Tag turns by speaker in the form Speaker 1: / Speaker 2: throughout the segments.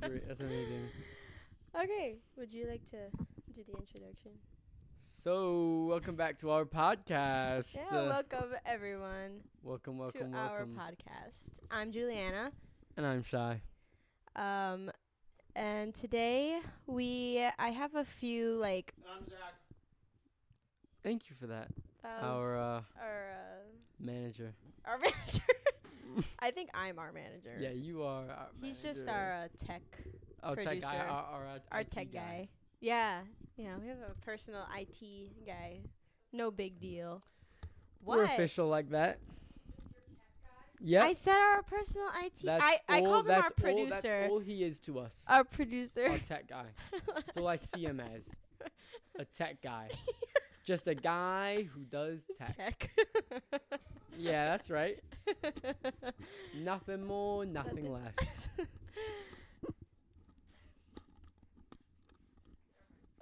Speaker 1: Great. That's amazing.
Speaker 2: Okay, would you like to do the introduction?
Speaker 1: So, welcome back to our podcast.
Speaker 2: Yeah,
Speaker 1: Uh,
Speaker 2: welcome everyone
Speaker 1: welcome,
Speaker 2: to
Speaker 1: welcome,
Speaker 2: our
Speaker 1: welcome.
Speaker 2: podcast. I'm Juliana,
Speaker 1: and I'm shy.
Speaker 2: um, and today we I have a few like
Speaker 1: Thank you for that.
Speaker 2: that
Speaker 1: Our
Speaker 2: was
Speaker 1: uh,
Speaker 2: um, our uh,
Speaker 1: manager.
Speaker 2: our manager. I think I'm our manager.
Speaker 1: Yeah, you are. Our
Speaker 2: he's
Speaker 1: manager.
Speaker 2: just our uh, tech,
Speaker 1: oh, tech guy,
Speaker 2: producer.
Speaker 1: our, our, uh,
Speaker 2: our
Speaker 1: IT
Speaker 2: tech guy. Yeah, yeah, we have a personal IT guy. No big deal. What?
Speaker 1: Mm. We're official like that. Yeah,
Speaker 2: I said our personal IT.
Speaker 1: that's
Speaker 2: I, I
Speaker 1: all-
Speaker 2: called him our
Speaker 1: that's all-
Speaker 2: producer.
Speaker 1: that's all he is to us.
Speaker 2: Our
Speaker 1: our
Speaker 2: producer.
Speaker 1: tech guy. So I see him as a tech guy, just a guy who does tech.
Speaker 2: tech.
Speaker 1: Yeah, that's right. Nothing more, nothing less.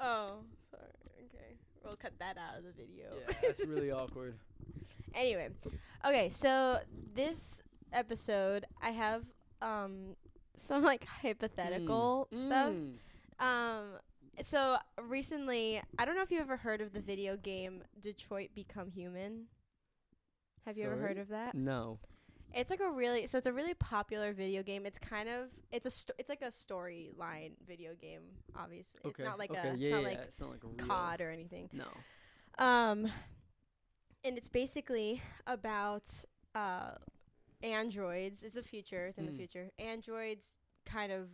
Speaker 2: oh, sorry. Okay. We'll cut that out of the video.
Speaker 1: Yeah, that's really awkward.
Speaker 2: anyway. Okay, so this episode I have um some like hypothetical stuff.
Speaker 1: Mm.
Speaker 2: Um, so recently, I don't know if you ever heard of the video game Detroit Become Human. Have you ever
Speaker 1: Sorry?
Speaker 2: heard of that?
Speaker 1: No.
Speaker 2: It's like a really so it's a really popular video game. It's kind of it's a sto- it's like a storyline video game. Obviously,
Speaker 1: Okay.
Speaker 2: it's not like
Speaker 1: okay.
Speaker 2: a
Speaker 1: yeah,
Speaker 2: it's not
Speaker 1: yeah,
Speaker 2: like
Speaker 1: it's not like a real.
Speaker 2: COD or anything.
Speaker 1: No.
Speaker 2: Um, and it's basically about uh, androids. It's a future. It's in
Speaker 1: Mm.
Speaker 2: the future. Androids kind of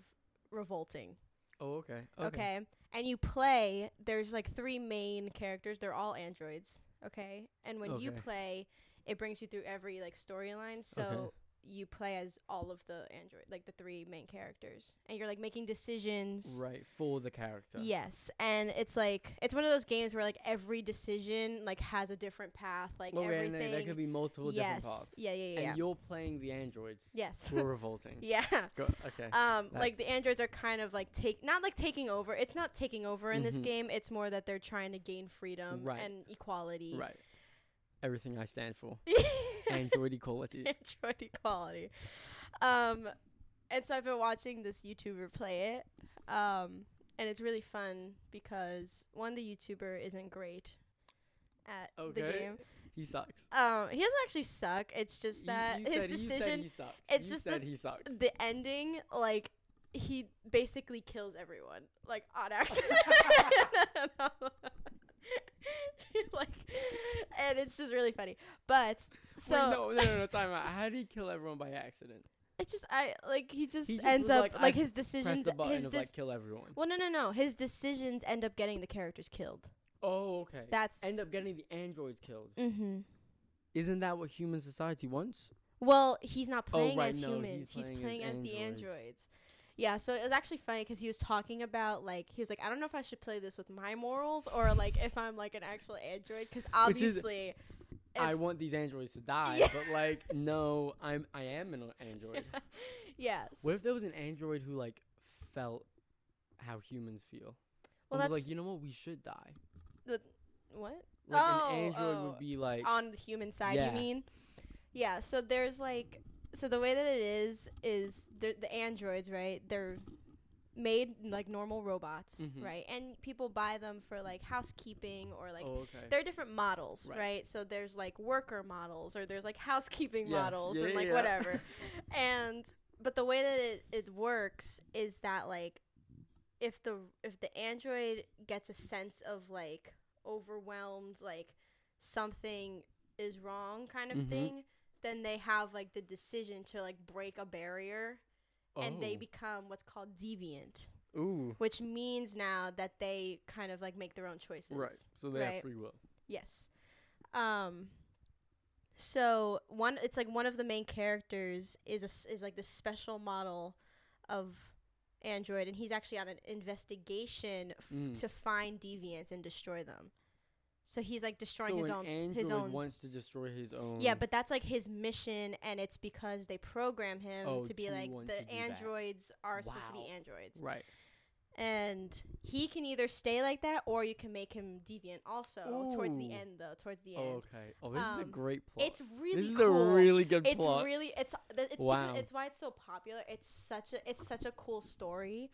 Speaker 2: revolting.
Speaker 1: Oh, okay. Okay.
Speaker 2: Okay. And you play, there's like three main characters. They're all androids. Okay. And when you
Speaker 1: Okay.
Speaker 2: play, it brings you through every like storyline. So you play as all of the android, like the three main characters. And you're like making decisions.
Speaker 1: Right for the character.
Speaker 2: Yes. And it's like, it's one of those games where like every decision like has a different path. Like
Speaker 1: Okay, and uh, there,
Speaker 2: everything.
Speaker 1: there could be multiple
Speaker 2: yes.
Speaker 1: different paths.
Speaker 2: Yeah, yeah, yeah.
Speaker 1: And
Speaker 2: yeah.
Speaker 1: you're playing the androids
Speaker 2: Yes.
Speaker 1: who are revolting.
Speaker 2: yeah.
Speaker 1: Go, okay.
Speaker 2: um like the
Speaker 1: That's-
Speaker 2: androids are kind of like take not like taking over it's not taking over in this
Speaker 1: Mhm.
Speaker 2: game it's more that they're trying to gain freedom
Speaker 1: Right.
Speaker 2: and equality
Speaker 1: right. Everything I stand for. Android equality.
Speaker 2: android equality um and so i've been watching this youtuber play it um and it's really fun because one the youtuber isn't great at the
Speaker 1: Okay.
Speaker 2: game
Speaker 1: He sucks.
Speaker 2: um he doesn't actually suck it's
Speaker 1: You-
Speaker 2: just that
Speaker 1: you
Speaker 2: his
Speaker 1: said- you said
Speaker 2: decision
Speaker 1: he sucks.
Speaker 2: it's
Speaker 1: You
Speaker 2: just
Speaker 1: said
Speaker 2: that
Speaker 1: he sucks.
Speaker 2: the ending, like he basically kills everyone, like on accident. like, and it's just really funny. But so
Speaker 1: Wait, no, no, no, no, time out. How did he kill everyone by accident?
Speaker 2: it's just I like he just
Speaker 1: He just
Speaker 2: ends
Speaker 1: was
Speaker 2: up
Speaker 1: like,
Speaker 2: like,
Speaker 1: I
Speaker 2: his
Speaker 1: Press
Speaker 2: decisions.
Speaker 1: the button
Speaker 2: his
Speaker 1: of
Speaker 2: dis-
Speaker 1: like kill everyone.
Speaker 2: well, no, no, no. His decisions end up getting the characters killed.
Speaker 1: Oh, okay.
Speaker 2: That's
Speaker 1: End up getting the androids killed.
Speaker 2: mm-hmm.
Speaker 1: Mm. Isn't that what human society wants?
Speaker 2: Well, he's not playing
Speaker 1: Oh, right,
Speaker 2: as
Speaker 1: no, he's
Speaker 2: humans. He's,
Speaker 1: playing
Speaker 2: playing
Speaker 1: as
Speaker 2: as, the
Speaker 1: androids.
Speaker 2: androids. Yeah, so it was actually funny because he was talking about like he was like, I don't know if I should play this with my morals or like if I'm like an actual android because
Speaker 1: Which is-
Speaker 2: obviously,
Speaker 1: I
Speaker 2: if-
Speaker 1: want these androids to die,
Speaker 2: Yeah.
Speaker 1: but like, no, I'm I am an android.
Speaker 2: yes.
Speaker 1: What if there was an android who like felt how humans feel?
Speaker 2: well,
Speaker 1: and
Speaker 2: that's
Speaker 1: was like, you know what, we should die.
Speaker 2: what
Speaker 1: Like
Speaker 2: Oh,
Speaker 1: an android
Speaker 2: oh,
Speaker 1: would be like,
Speaker 2: on the human side. You
Speaker 1: Yeah.
Speaker 2: mean? Yeah. So there's like so the way that it is is the the androids right? They're made like normal robots,
Speaker 1: Mhm.
Speaker 2: right? And people buy them for like housekeeping or like
Speaker 1: oh, okay.
Speaker 2: there are different models,
Speaker 1: Right.
Speaker 2: right. So there's like worker models or there's like housekeeping
Speaker 1: Yeah.
Speaker 2: models
Speaker 1: Yeah,
Speaker 2: and
Speaker 1: yeah,
Speaker 2: like
Speaker 1: yeah.
Speaker 2: whatever. and but the way that it, it works is that like if the if the android gets a sense of like overwhelmed like something is wrong kind of
Speaker 1: Mhm.
Speaker 2: thing, then they have like the decision to like break a barrier and they
Speaker 1: Oh.
Speaker 2: become what's called deviant,
Speaker 1: ooh
Speaker 2: which means now that they kind of like make their own choices.
Speaker 1: right. So they
Speaker 2: right.
Speaker 1: have free will.
Speaker 2: Yes. Um so one it's like one of the main characters is a s is like this special model of android and he's actually on an investigation f-
Speaker 1: Mm.
Speaker 2: to find deviants and destroy them. So he's like destroying
Speaker 1: so
Speaker 2: his
Speaker 1: an
Speaker 2: own
Speaker 1: android
Speaker 2: his own
Speaker 1: wants to destroy his own.
Speaker 2: Yeah, but that's like his mission and it's because they program him
Speaker 1: Oh,
Speaker 2: to be
Speaker 1: to
Speaker 2: like
Speaker 1: want
Speaker 2: the
Speaker 1: to do that.
Speaker 2: androids are supposed to be
Speaker 1: Wow.
Speaker 2: androids.
Speaker 1: right.
Speaker 2: and he can either stay like that or you can make him deviant also towards the
Speaker 1: Ooh.
Speaker 2: end though towards the
Speaker 1: Oh,
Speaker 2: end
Speaker 1: okay. Oh, this is a
Speaker 2: Um,
Speaker 1: great plot.
Speaker 2: it's really
Speaker 1: this is
Speaker 2: cool
Speaker 1: a really good
Speaker 2: it's
Speaker 1: plot.
Speaker 2: really it's th- it's
Speaker 1: Wow.
Speaker 2: because, it's why it's so popular it's such a it's such a cool story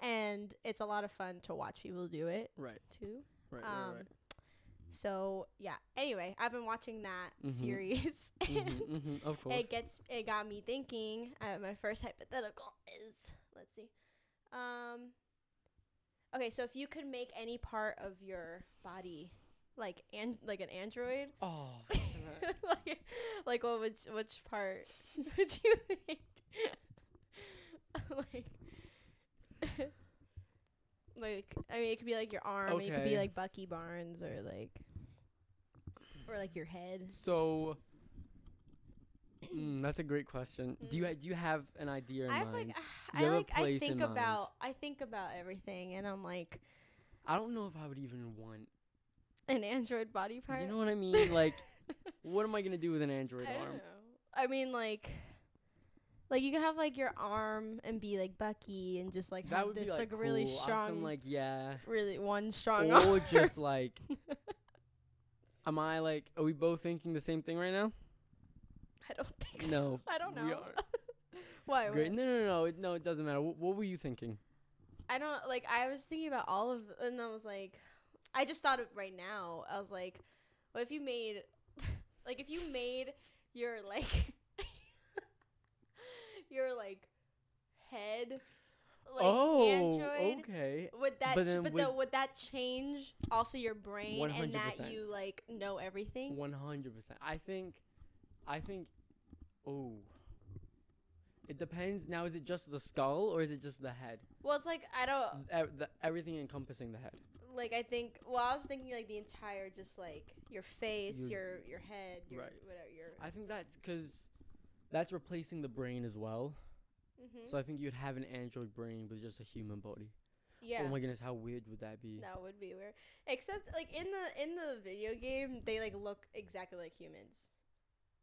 Speaker 2: and it's a lot of fun to watch people do it
Speaker 1: right,
Speaker 2: too
Speaker 1: right, right,
Speaker 2: um
Speaker 1: right.
Speaker 2: so yeah anyway i've been watching that
Speaker 1: Mhm.
Speaker 2: series and
Speaker 1: Mhm, mhm, of course.
Speaker 2: it gets it got me thinking. Uh, my first hypothetical is let's see. Um Okay, so if you could make any part of your body like and like an android,
Speaker 1: oh,
Speaker 2: like, like what would which part would you make? like like I mean it could be like your arm, it could be
Speaker 1: Okay.
Speaker 2: like Bucky Barnes or like or like your head. just-
Speaker 1: so mm, that's a great question. Do you ha- do you have an idea in
Speaker 2: Mm. I have
Speaker 1: mind?
Speaker 2: like I
Speaker 1: You have a
Speaker 2: like I
Speaker 1: place in
Speaker 2: think
Speaker 1: mind.
Speaker 2: about I think about everything and I'm like
Speaker 1: I don't know if I would even want.
Speaker 2: an android body part.
Speaker 1: You know what I mean? Like, what am I gonna do with an android
Speaker 2: I don't
Speaker 1: arm?
Speaker 2: know. I mean like like you could have like your arm and be like Bucky and just like
Speaker 1: That
Speaker 2: have
Speaker 1: would
Speaker 2: this
Speaker 1: be like,
Speaker 2: like, really
Speaker 1: cool.
Speaker 2: strong
Speaker 1: Awesome, like yeah,
Speaker 2: really one strong
Speaker 1: or
Speaker 2: arm.
Speaker 1: just like, am I like? Are we both thinking the same thing right now?
Speaker 2: I don't think so.
Speaker 1: No.
Speaker 2: I don't
Speaker 1: We
Speaker 2: know.
Speaker 1: are.
Speaker 2: Why?
Speaker 1: Great.
Speaker 2: what?
Speaker 1: No, no, no, it, no. It doesn't matter. What, what were you thinking?
Speaker 2: I don't like I was thinking about all of and I was like I just thought of right now. I was like what if you made like if you made your like your like head like
Speaker 1: oh,
Speaker 2: android
Speaker 1: okay.
Speaker 2: would that
Speaker 1: But
Speaker 2: ch-
Speaker 1: then
Speaker 2: but
Speaker 1: with-
Speaker 2: the, would that change also your brain and that
Speaker 1: 100%.
Speaker 2: you like know everything?
Speaker 1: One hundred percent. I think, I think, oh. It depends. Now, is it just the skull or is it just the head?
Speaker 2: Well, it's like I don't
Speaker 1: Ev- the, everything encompassing the head.
Speaker 2: like I think well I was thinking like the entire just like your face,
Speaker 1: You-
Speaker 2: your your head, your
Speaker 1: Right.
Speaker 2: whatever your
Speaker 1: I think that's because that's replacing the brain as well.
Speaker 2: Mhm.
Speaker 1: So I think you'd have an android brain with just a human body.
Speaker 2: yeah.
Speaker 1: Oh my goodness, how weird would that be?
Speaker 2: That would be weird. Except like in the in the video game, they like look exactly like humans,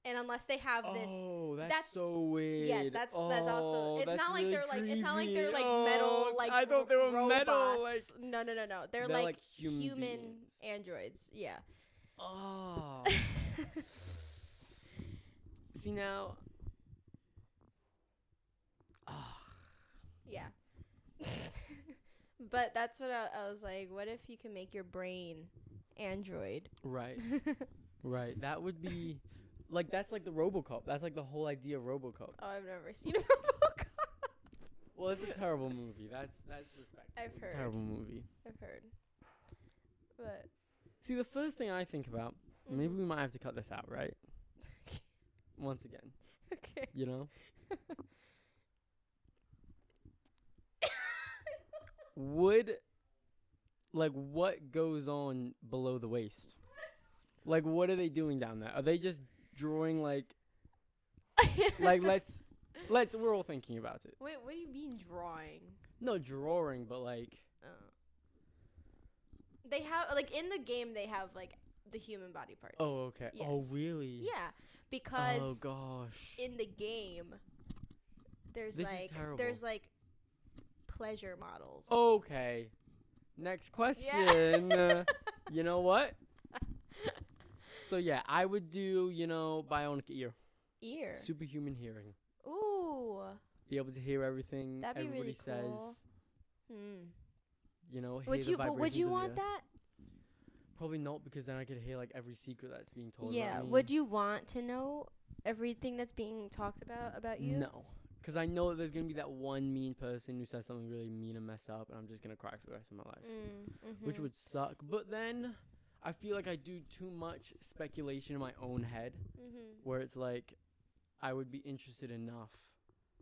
Speaker 2: and unless they have this.
Speaker 1: Oh, that's,
Speaker 2: that's-
Speaker 1: so weird.
Speaker 2: Yes, that's that's also.
Speaker 1: Oh,
Speaker 2: It's
Speaker 1: that's
Speaker 2: not like
Speaker 1: really
Speaker 2: they're like it's not like they're like
Speaker 1: creepy.
Speaker 2: metal
Speaker 1: Oh,
Speaker 2: like
Speaker 1: I thought they were
Speaker 2: robots.
Speaker 1: metal like.
Speaker 2: no no no no they're,
Speaker 1: They're,
Speaker 2: like,
Speaker 1: like, human
Speaker 2: human,
Speaker 1: beings.
Speaker 2: androids yeah
Speaker 1: Oh. See now. Ah,
Speaker 2: yeah. but that's what I, I was like. What if you can make your brain android?
Speaker 1: right, right. That would be like that's like the RoboCop. That's like the whole idea of RoboCop.
Speaker 2: Oh, I've never seen a RoboCop.
Speaker 1: Well, it's a terrible movie. That's that's respectful.
Speaker 2: I've
Speaker 1: It's
Speaker 2: heard.
Speaker 1: a terrible movie.
Speaker 2: I've heard, but
Speaker 1: See, the first thing I think about,
Speaker 2: Mm-hmm.
Speaker 1: maybe we might have to cut this out, right? Once again,
Speaker 2: okay.
Speaker 1: you know, would like what goes on below the waist? Like, what are they doing down there? Are they just drawing like like let's let's we're all thinking about it.
Speaker 2: Wait, what do you mean drawing?
Speaker 1: No drawing, but like
Speaker 2: Oh. They have like in the game they have like the human body parts.
Speaker 1: oh okay oh
Speaker 2: Yes.
Speaker 1: really
Speaker 2: Yeah,
Speaker 1: oh
Speaker 2: because
Speaker 1: gosh
Speaker 2: in the game there's
Speaker 1: This is
Speaker 2: like
Speaker 1: terrible. Oh,
Speaker 2: there's like pleasure models.
Speaker 1: okay next question Uh,
Speaker 2: Yeah.
Speaker 1: you know what so yeah I would do you know bionic ear
Speaker 2: Ear.
Speaker 1: superhuman hearing
Speaker 2: Ooh.
Speaker 1: be able to hear everything
Speaker 2: That'd be
Speaker 1: everybody
Speaker 2: really
Speaker 1: says
Speaker 2: cool. Hmm.
Speaker 1: you know hear
Speaker 2: Would
Speaker 1: the
Speaker 2: you but would
Speaker 1: vibrations
Speaker 2: you
Speaker 1: of the
Speaker 2: want
Speaker 1: earth.
Speaker 2: that?
Speaker 1: probably not because then I could hear like every secret that's being told
Speaker 2: yeah.
Speaker 1: about me.
Speaker 2: Would you want to know everything that's being talked about about you?
Speaker 1: No. Because I know that there's going to be that one mean person who says something really mean and mess up, and I'm just going to cry for the rest of my life.
Speaker 2: Mm,
Speaker 1: Which
Speaker 2: mhm.
Speaker 1: would suck. But then I feel like I do too much speculation in my own head
Speaker 2: Mhm.
Speaker 1: where it's like I would be interested enough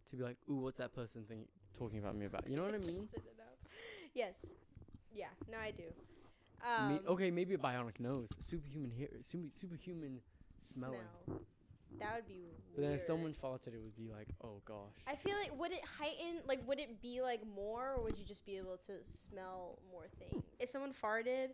Speaker 1: to be like, ooh, what's that person think- talking about me about? You know what I mean?
Speaker 2: Interested enough. Yes. Yeah. No, I do. Um,
Speaker 1: Me- okay, maybe a bionic nose, superhuman hair, super, superhuman smelling.
Speaker 2: smell. That would be weird.
Speaker 1: But then if someone fought it, it would be like, oh gosh.
Speaker 2: I feel like would it heighten? Like, would it be like more, or would you just be able to smell more things? If someone farted,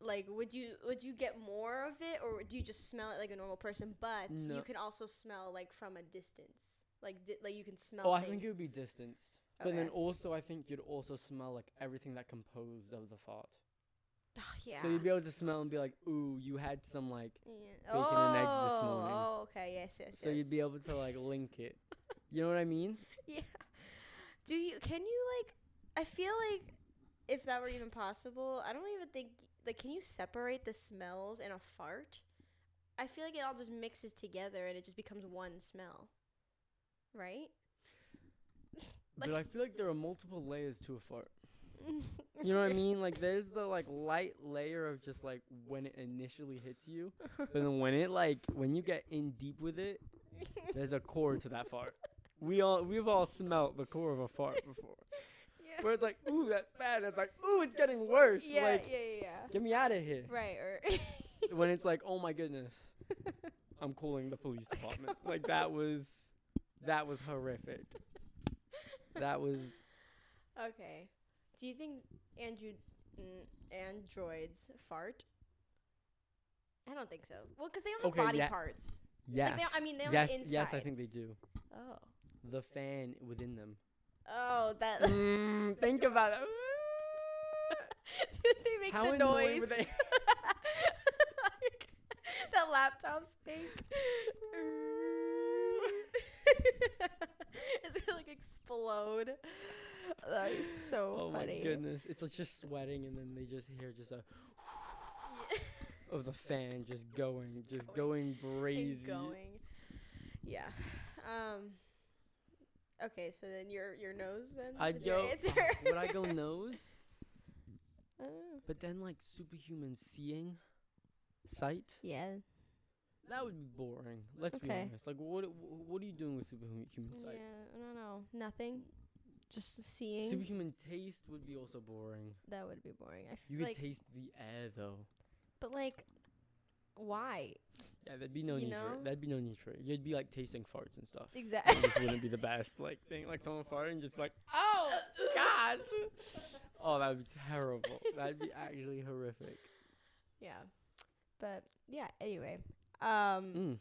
Speaker 2: like, would you would you get more of it, or do you just smell it like a normal person? But
Speaker 1: No.
Speaker 2: you can also smell like from a distance, like di- like you can smell.
Speaker 1: Oh, I
Speaker 2: things.
Speaker 1: think it would be distanced. But then also, I think you'd also smell like everything that composed of the thought.
Speaker 2: Ugh, yeah.
Speaker 1: So you'd be able to smell and be like, "Ooh, you had some like."
Speaker 2: Oh, yeah.
Speaker 1: bacon and eggs this
Speaker 2: Oh,
Speaker 1: morning.
Speaker 2: Oh, okay. Yes, yes.
Speaker 1: So you'd be
Speaker 2: yes.
Speaker 1: able to like link it. You know what I mean?
Speaker 2: Yeah. Do you can you like I feel like if that were even possible, I don't even think like can you separate the smells in a fart? I feel like it all just mixes together and it just becomes one smell. Right?
Speaker 1: But I feel like there are multiple layers to a fart.
Speaker 2: you
Speaker 1: You know what I mean? Like there's the like light layer of just like when it initially hits you, but then when it like when you get in deep with it, there's a core to that fart. We all we've all smelt the core of a fart before,
Speaker 2: yeah.
Speaker 1: where it's like, "Ooh, that's bad." It's like, "Ooh, it's getting worse."
Speaker 2: Yeah,
Speaker 1: like,
Speaker 2: yeah, yeah, yeah.
Speaker 1: get me out of here.
Speaker 2: Right, or
Speaker 1: When it's like, "Oh my goodness, I'm calling the police department." like that was that was horrific. That was
Speaker 2: Okay. Do you think Andrew mm, androids fart? I don't think so. Well, because they don't have
Speaker 1: Okay,
Speaker 2: body
Speaker 1: yeah.
Speaker 2: parts.
Speaker 1: yes.
Speaker 2: don't- I mean, they don't have
Speaker 1: yes, yes, I
Speaker 2: inside.
Speaker 1: think they do.
Speaker 2: Oh.
Speaker 1: The fan within them.
Speaker 2: Oh, that.
Speaker 1: Mm, think about it.
Speaker 2: Did they make
Speaker 1: How
Speaker 2: the noise?
Speaker 1: annoying were they?
Speaker 2: Like, the laptop's fake. it's gonna like explode. That is so
Speaker 1: Oh
Speaker 2: funny.
Speaker 1: my goodness! It's like just sweating, and then they just hear just a of the fan just going, just going
Speaker 2: and
Speaker 1: brazy.
Speaker 2: going. Yeah. Um. Okay, so then your your nose then
Speaker 1: I
Speaker 2: is your
Speaker 1: go.
Speaker 2: answer.
Speaker 1: Would I go nose?
Speaker 2: Oh.
Speaker 1: But then like superhuman seeing, sight.
Speaker 2: yeah.
Speaker 1: That would be boring. Let's be
Speaker 2: Okay.
Speaker 1: honest. Like what? wh- What are you doing with superhuman human
Speaker 2: Yeah.
Speaker 1: sight?
Speaker 2: I don't know. Nothing. Just seeing.
Speaker 1: Superhuman taste would be also boring.
Speaker 2: that would be boring. I
Speaker 1: You
Speaker 2: feel like,
Speaker 1: could taste the air though.
Speaker 2: but like, why
Speaker 1: Yeah, there'd be no
Speaker 2: You
Speaker 1: need for
Speaker 2: know?
Speaker 1: it. There'd be no need for it. You'd be like tasting farts and stuff.
Speaker 2: exactly?
Speaker 1: It just wouldn't be the best like thing. Like someone farting, and just like, oh god. Oh, that would be terrible. That'd be actually horrific.
Speaker 2: yeah. But yeah. Anyway. Um.
Speaker 1: Mm.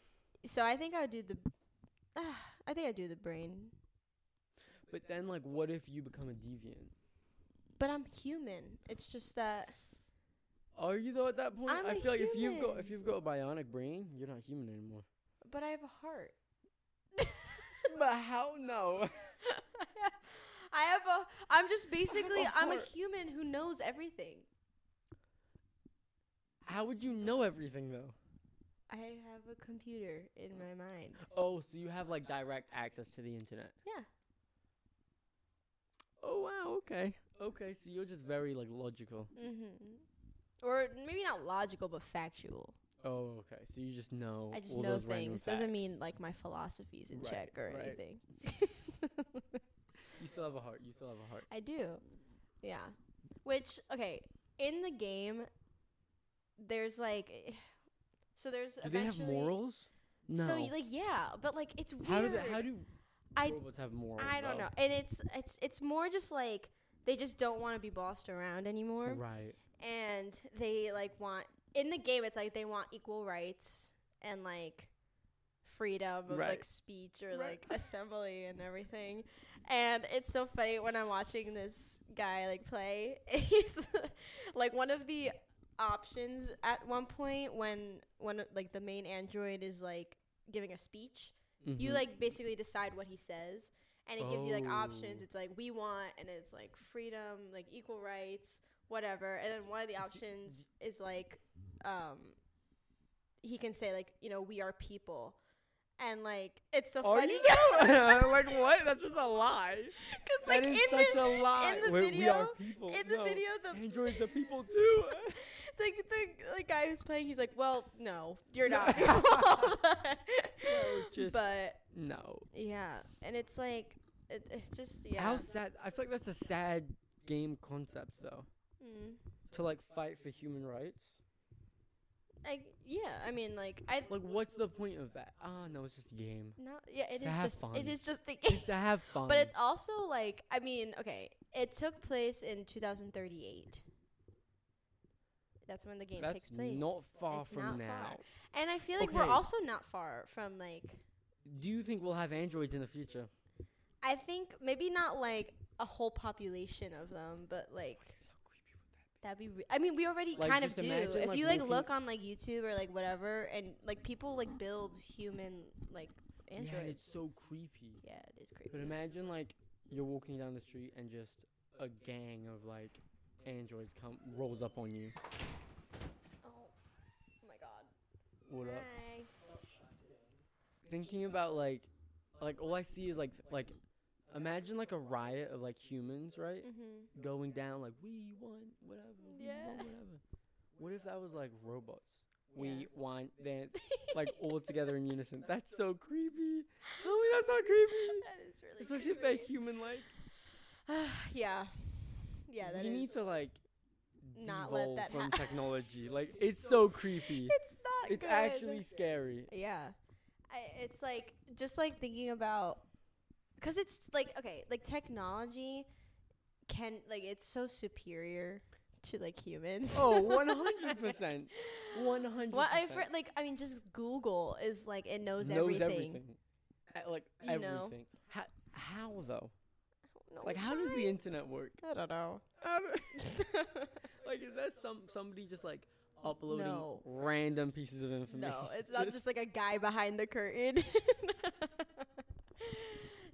Speaker 2: So I think I would do the. I think I'd do the brain.
Speaker 1: But then, like, what if you become a deviant?
Speaker 2: But I'm human. It's just that.
Speaker 1: Are you though at that point?
Speaker 2: I'm
Speaker 1: I
Speaker 2: a
Speaker 1: feel like if you've got
Speaker 2: human.
Speaker 1: if you've got a bionic brain, you're not human anymore.
Speaker 2: But I have a heart.
Speaker 1: But how no?
Speaker 2: I have a. I'm just basically.
Speaker 1: a
Speaker 2: I'm a
Speaker 1: heart.
Speaker 2: human who knows everything.
Speaker 1: How would you know everything though?
Speaker 2: I have a computer in my mind.
Speaker 1: Oh, so you have like direct access to the internet.
Speaker 2: Yeah.
Speaker 1: Oh wow, okay. Okay, so you're just very like logical.
Speaker 2: Mm-hmm. Or maybe not logical, but factual.
Speaker 1: Oh, okay. So you just know.
Speaker 2: I just
Speaker 1: all
Speaker 2: know
Speaker 1: those random
Speaker 2: things. Doesn't
Speaker 1: facts.
Speaker 2: mean like my philosophy's in
Speaker 1: Right,
Speaker 2: check or
Speaker 1: right.
Speaker 2: anything.
Speaker 1: you still have a heart. You still have a heart.
Speaker 2: I do. Yeah. Which okay, in the game, there's like, so there's
Speaker 1: Do they have
Speaker 2: eventually.
Speaker 1: morals? No.
Speaker 2: So like yeah, but like it's weird.
Speaker 1: how do they, how do
Speaker 2: I
Speaker 1: robots have morals?
Speaker 2: I don't
Speaker 1: though?
Speaker 2: know. And it's it's it's more just like they just don't want to be bossed around anymore,
Speaker 1: Right.
Speaker 2: and they like want in the game. It's like they want equal rights and like freedom of like
Speaker 1: Right.
Speaker 2: speech or
Speaker 1: Right.
Speaker 2: like assembly and everything. And it's so funny when I'm watching this guy like play. He's like one of the options at one point when when like the main android is like giving a speech you
Speaker 1: Mhm.
Speaker 2: like basically decide what he says and it gives you like options
Speaker 1: Oh.
Speaker 2: it's like we want and it's like freedom like equal rights whatever and then one of the options is like um he can say like you know we are people and like it's so
Speaker 1: Are
Speaker 2: funny
Speaker 1: you though? like what? That's just a lie.
Speaker 2: because
Speaker 1: That
Speaker 2: like
Speaker 1: is
Speaker 2: in
Speaker 1: such
Speaker 2: the,
Speaker 1: a lie.
Speaker 2: in the
Speaker 1: We- we
Speaker 2: video
Speaker 1: are people.
Speaker 2: in the
Speaker 1: no.
Speaker 2: video the
Speaker 1: androids are people too.
Speaker 2: the, the, the guy who's playing he's like well no you're not
Speaker 1: No.
Speaker 2: people."
Speaker 1: No, just-
Speaker 2: but
Speaker 1: no.
Speaker 2: yeah and it's like it, it's just yeah
Speaker 1: How sad. I feel like that's a sad game concept though.
Speaker 2: mm.
Speaker 1: To like fight for human rights.
Speaker 2: I yeah, I mean like I
Speaker 1: Like, what's the point of that? Ah, no, it's just a game.
Speaker 2: no yeah, it
Speaker 1: To
Speaker 2: is
Speaker 1: have
Speaker 2: just
Speaker 1: fun.
Speaker 2: it is just a game.
Speaker 1: It's to have fun.
Speaker 2: But it's also like I mean, okay, it took place in 2038. That's when the game
Speaker 1: That's
Speaker 2: takes place.
Speaker 1: not far
Speaker 2: It's
Speaker 1: from
Speaker 2: not far.
Speaker 1: now.
Speaker 2: and I feel like we're
Speaker 1: Okay.
Speaker 2: also not far from like
Speaker 1: Do you think we'll have androids in the future?
Speaker 2: I think maybe not like a whole population of them, but like
Speaker 1: How creepy would that
Speaker 2: that'd be. Re- I mean, we already
Speaker 1: Like,
Speaker 2: kind of
Speaker 1: just
Speaker 2: do.
Speaker 1: imagine,
Speaker 2: if
Speaker 1: like,
Speaker 2: you like
Speaker 1: looking-
Speaker 2: look on like YouTube or like whatever, and like people like build human like
Speaker 1: be? Yeah, and
Speaker 2: androids.
Speaker 1: it's so creepy.
Speaker 2: Yeah, it is creepy.
Speaker 1: But imagine like you're walking down the street and just a gang of like androids come rolls up on you.
Speaker 2: oh. oh my god.
Speaker 1: What up?
Speaker 2: Hi.
Speaker 1: Thinking about like, like all I see is like like, imagine like a riot of like humans, right?
Speaker 2: Mhm.
Speaker 1: Going down like we won, whatever. We
Speaker 2: Yeah.
Speaker 1: won, whatever. What if that was like robots? We
Speaker 2: Yeah.
Speaker 1: want dance like all together in unison. That's so creepy. Tell me that's not creepy.
Speaker 2: That is really.
Speaker 1: Especially if they're human like.
Speaker 2: they're. yeah. Yeah, that
Speaker 1: we need to
Speaker 2: is-
Speaker 1: like
Speaker 2: not let
Speaker 1: devolve
Speaker 2: that
Speaker 1: from
Speaker 2: hap-
Speaker 1: technology. Like it's so creepy.
Speaker 2: It's not.
Speaker 1: It's
Speaker 2: good.
Speaker 1: actually scary.
Speaker 2: Yeah. I, it's like just like thinking about cuz it's like okay, like technology can like it's so superior to like humans.
Speaker 1: Oh, 100%. 100%.
Speaker 2: What I've heard, like I mean just Google is like it knows, everything.
Speaker 1: Uh, like
Speaker 2: You
Speaker 1: everything.
Speaker 2: know.
Speaker 1: How, how though?
Speaker 2: No,
Speaker 1: Like how
Speaker 2: should
Speaker 1: does the internet work?
Speaker 2: I, I don't know.
Speaker 1: I don't- like is that some somebody just like uploading
Speaker 2: No.
Speaker 1: random pieces of information?
Speaker 2: no, it's not just like a guy behind the curtain.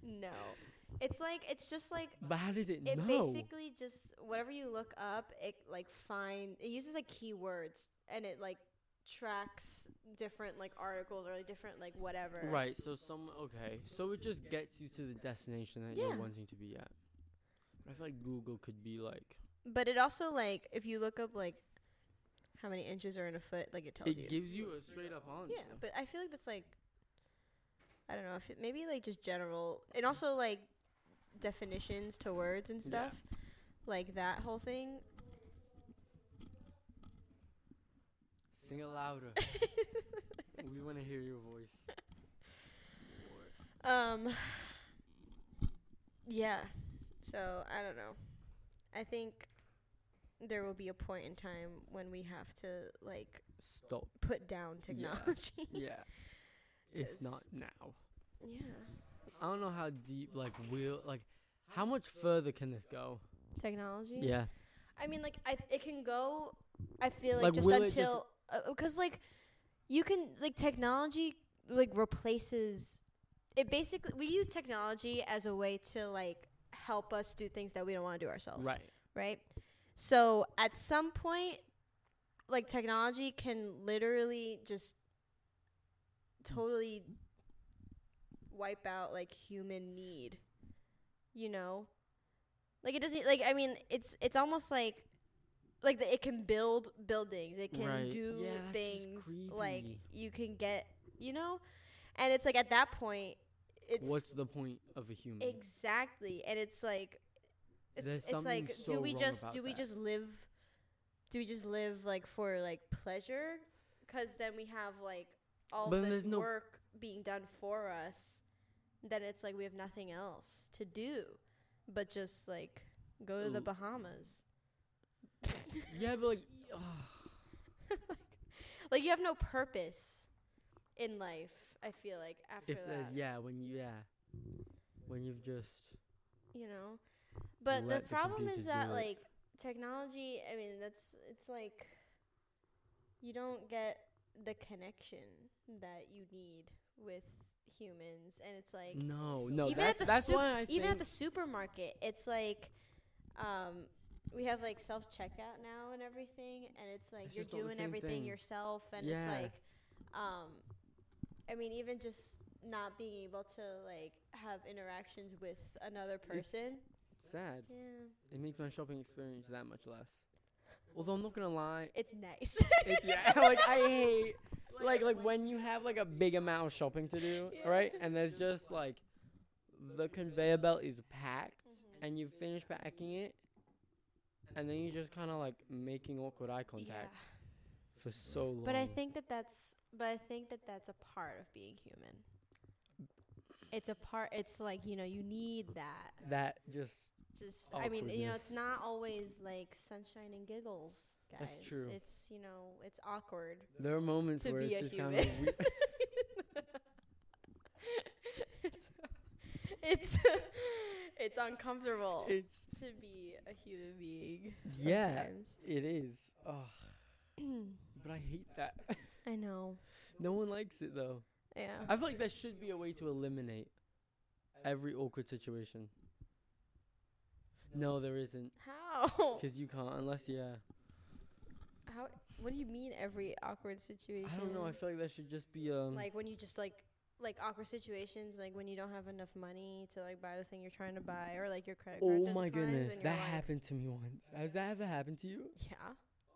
Speaker 2: no. It's like it's just like
Speaker 1: But how does it,
Speaker 2: it
Speaker 1: know?
Speaker 2: basically just whatever you look up it like find it uses like keywords and it like tracks different like articles or like different like whatever
Speaker 1: Right, so some okay, so it just gets you to the destination that
Speaker 2: Yeah.
Speaker 1: you're wanting to be at. But I feel like Google could be like
Speaker 2: but it also like if you look up like how many inches are in a foot like it tells
Speaker 1: it
Speaker 2: you
Speaker 1: gives you a straight up answer.
Speaker 2: yeah but i feel like that's like i don't know if it maybe like just general and also like definitions to words and
Speaker 1: Yeah.
Speaker 2: stuff like that whole thing
Speaker 1: Sing it louder. we want to hear your voice.
Speaker 2: Um. Yeah. So I don't know. I think there will be a point in time when we have to like
Speaker 1: Stop.
Speaker 2: put down
Speaker 1: Yeah.
Speaker 2: technology. Yeah.
Speaker 1: Yeah. if
Speaker 2: Yes.
Speaker 1: not now. I don't know how deep like we'll like how much further can this go?
Speaker 2: Technology.
Speaker 1: Yeah.
Speaker 2: I mean, like, I it can go. I feel like,
Speaker 1: Like,
Speaker 2: just
Speaker 1: will it just-
Speaker 2: until because like you can like technology like replaces it. Basically, we use technology as a way to like help us do things that we don't want to do ourselves.
Speaker 1: Right.
Speaker 2: right? So at some point, like technology can literally just totally wipe out like human need, you know? Like it doesn't like I mean it's it's almost like like the, it can build buildings, it can
Speaker 1: Right.
Speaker 2: do
Speaker 1: Yeah, that's just
Speaker 2: things like
Speaker 1: creepy.
Speaker 2: you can get, you know? And it's like at that point it's
Speaker 1: What's the point of a human?
Speaker 2: Exactly, and it's like,
Speaker 1: Mm. There's
Speaker 2: it's, it's
Speaker 1: something
Speaker 2: like,
Speaker 1: so
Speaker 2: do we
Speaker 1: wrong
Speaker 2: just
Speaker 1: about
Speaker 2: do we
Speaker 1: that.
Speaker 2: just live? Do we just live like for like pleasure? Because then we have like all
Speaker 1: But then
Speaker 2: this
Speaker 1: there's no-
Speaker 2: work being done for us. Then it's like we have nothing else to do, but just like go to the
Speaker 1: Ooh.
Speaker 2: Bahamas.
Speaker 1: yeah, but like
Speaker 2: Like you have no purpose in life. I feel like after
Speaker 1: if there's
Speaker 2: that,
Speaker 1: yeah, when you yeah. When you've just
Speaker 2: you know. But the
Speaker 1: Let the
Speaker 2: problem
Speaker 1: computer
Speaker 2: is that
Speaker 1: do it.
Speaker 2: like technology, I mean, that's it's like you don't get the connection that you need with humans and it's like
Speaker 1: No, no,
Speaker 2: even
Speaker 1: that's
Speaker 2: at the
Speaker 1: that's
Speaker 2: sup-
Speaker 1: why I
Speaker 2: even at
Speaker 1: think
Speaker 2: the supermarket, it's like um we have like self checkout now and everything and it's like
Speaker 1: It's
Speaker 2: you're
Speaker 1: just all the
Speaker 2: doing
Speaker 1: same
Speaker 2: everything
Speaker 1: thing.
Speaker 2: yourself and it's
Speaker 1: Yeah.
Speaker 2: like um I mean even just not being able to like have interactions with another person.
Speaker 1: it's sad.
Speaker 2: yeah.
Speaker 1: It makes my shopping experience that much less. Although I'm not gonna lie,
Speaker 2: It's nice.
Speaker 1: it's, yeah, like I hate like like when you have like a big amount of shopping to do,
Speaker 2: Yeah.
Speaker 1: right? And there's just like the conveyor belt is packed,
Speaker 2: Mhm.
Speaker 1: and you finish packing it, and then you're just kind of like making awkward eye contact for so long.
Speaker 2: But I think that that's but I think that that's a part of being human. It's a part it's like, you know, you need that.
Speaker 1: that just
Speaker 2: Just I mean, you know, it's
Speaker 1: Awkwardness.
Speaker 2: not always like sunshine and giggles, guys.
Speaker 1: That's true.
Speaker 2: It's, you know, it's awkward
Speaker 1: there are moments
Speaker 2: to
Speaker 1: where
Speaker 2: be a
Speaker 1: it's just kind
Speaker 2: human.
Speaker 1: of we-
Speaker 2: it's it's It's uncomfortable
Speaker 1: It's
Speaker 2: to be a human being.
Speaker 1: yeah,
Speaker 2: sometimes.
Speaker 1: it is. Ugh, but I hate that.
Speaker 2: I know.
Speaker 1: no one likes it though.
Speaker 2: Yeah.
Speaker 1: I feel like that should be a way to eliminate every awkward situation. No, there isn't.
Speaker 2: How?
Speaker 1: Because you can't, unless, yeah.
Speaker 2: How? What do you mean every awkward situation?
Speaker 1: I don't know. I feel like that should just be, um.
Speaker 2: like when you just like like awkward situations, like when you don't have enough money to like buy the thing you're trying to buy, or like your credit card.
Speaker 1: oh
Speaker 2: declines
Speaker 1: my
Speaker 2: and
Speaker 1: goodness.
Speaker 2: you're
Speaker 1: That
Speaker 2: like,
Speaker 1: happened to me once. Has that ever happened to you?
Speaker 2: Yeah,